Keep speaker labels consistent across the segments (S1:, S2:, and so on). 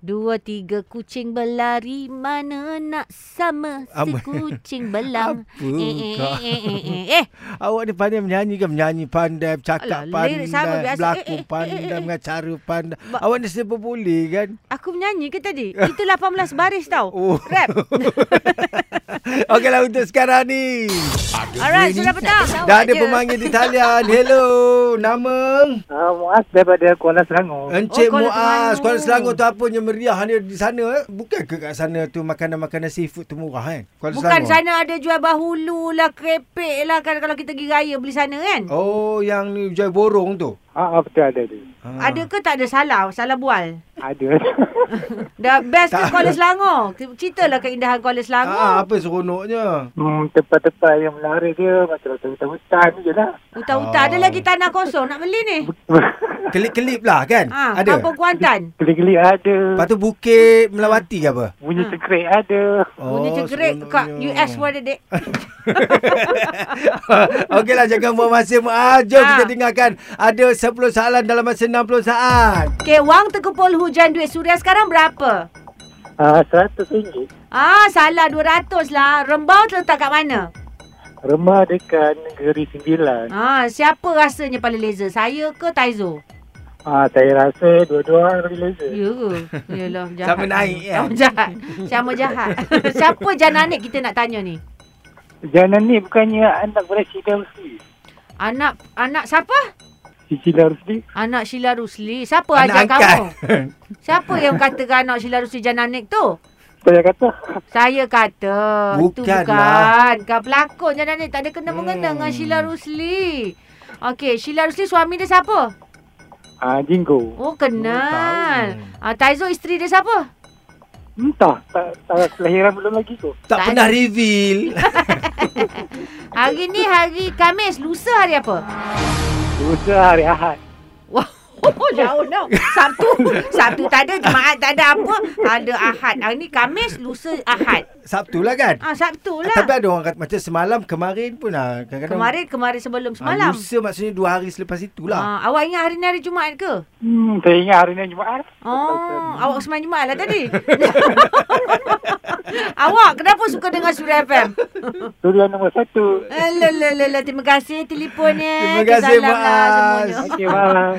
S1: Dua tiga kucing berlari mana nak sama si
S2: Apa?
S1: kucing belang.
S2: Apa
S1: eh, eh,
S2: kau?
S1: eh, eh, eh, eh, eh.
S2: Awak ni pandai menyanyi kan? Menyanyi pandai, bercakap
S1: Alah,
S2: pandai,
S1: lirik sama biasa. Eh, eh,
S2: berlakon
S1: eh,
S2: pandai,
S1: eh, eh.
S2: mengacara pandai.
S1: Ba-
S2: Awak ni serba boleh kan?
S1: Aku menyanyi ke tadi? Itu 18 baris tau.
S2: Oh.
S1: Rap.
S2: Okeylah untuk sekarang ni.
S1: Alright, sudah petang.
S2: Dah ada pemanggil di talian. Hello, nama?
S3: Uh, Muaz daripada Kuala Selangor.
S2: Encik
S1: Oh, Kuala
S2: oh, Muaz,
S1: Terengganu.
S2: Kuala Selangor tu apa yang meriah dia di sana? eh? Bukan ke kat sana tu makanan-makanan seafood tu murah kan? Kuala
S1: Bukan
S2: Selangor.
S1: sana ada jual bahulu lah, kerepek lah kan kalau kita pergi raya beli sana kan.
S2: Oh, yang ni jual borong tu.
S3: Ah, ah, betul ada tu.
S2: Ha.
S1: Ada ke tak ada salah? Salah bual.
S3: Ada.
S1: Dah best ke
S2: Tak
S1: Kuala Selangor? Ceritalah keindahan Kuala
S2: Ah,
S1: Selangor.
S2: apa seronoknya?
S3: hmm, tempat-tempat yang menarik dia macam hutan hutan je lah.
S1: Hutan-hutan ada
S2: Oh.
S1: lagi tanah kosong nak beli ni.
S2: Kelip-kelip lah kan?
S1: Ah,
S2: ada.
S1: Kampung Kuantan.
S3: Geli-geli ada.
S2: Lepas tu bukit Melawati ke apa?
S1: Ah.
S3: Bunyi cengkerik ada.
S2: Oh,
S1: Bunyi cegerik kat
S2: seronoknya.
S1: US pun ada dek.
S2: Okeylah, lah, jangan buang masa Muaz. Jom
S1: Ah.
S2: kita dengarkan. Ada 10 soalan dalam masa 60 saat.
S1: Okay, wang terkumpul hujan duit suria sekarang berapa?
S3: Ah, seratus ringgit.
S1: Ah, salah 200 lah. Rembau terletak kat mana?
S3: Rumah dekat negeri sembilan.
S1: Ah, siapa rasanya paling leza? Saya ke Taizo?
S3: Ah, saya rasa dua-dua orang laser.
S1: Ya ke? Yalah, jahat. lah.
S2: Sama naik, kan?
S1: Sama jahat. Sama jahat. siapa Jananik kita nak tanya ni?
S3: Jangan ni bukannya anak Presiden Rusli.
S1: Anak anak siapa?
S3: Cicila Rusli.
S1: Anak Sheila Rusli. Siapa ajar
S2: Anak angkat.
S1: Oh, kamu? Siapa yang katakan anak Sheila Rusli Jananik tu?
S3: Saya kata.
S1: Saya kata itu
S2: Bukan
S1: bukan. Kau pelakon jangan ni tak ada kena mengena
S2: Hmm.
S1: dengan Sheila Rusli. Okey, Sheila Rusli suami dia siapa?
S3: Ah, Jinggo.
S1: Oh, kenal.
S2: Oh,
S1: Ah, Taizo isteri dia siapa?
S3: Entah. Tak, tak kelahiran belum lagi tu.
S2: Tak
S1: Tak
S2: pernah reveal.
S1: Hari ni hari Khamis, lusa hari apa?
S3: Lusa hari Ahad.
S1: Wah, oh, jauh tau. Sabtu, Sabtu tak ada, Jumaat tak ada apa. Ada Ahad. Hari ni Khamis, lusa Ahad.
S2: Sabtu lah kan?
S1: Ah, Sabtu
S2: Lah. Tapi
S1: lah.
S2: ada orang kata macam semalam kemarin pun lah. Kadang-kadang,
S1: Kemarin, kemarin sebelum
S2: ah,
S1: semalam.
S2: Lusa lah. maksudnya dua hari selepas itulah.
S1: Ah, awak ingat hari ni hari Jumaat ke?
S3: Hmm, saya ingat hari ni Jumaat.
S1: Oh, awak semain Jumaat lah tadi. awak kenapa suka dengar Suria Eh, FM?
S3: Suria nombor satu.
S1: Alalala, terima kasih telefonnya.
S2: Terima kasih,
S1: Salam lah
S2: Muaz.
S1: semuanya.
S3: Okey, malam.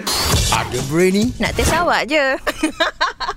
S4: Nak test awak je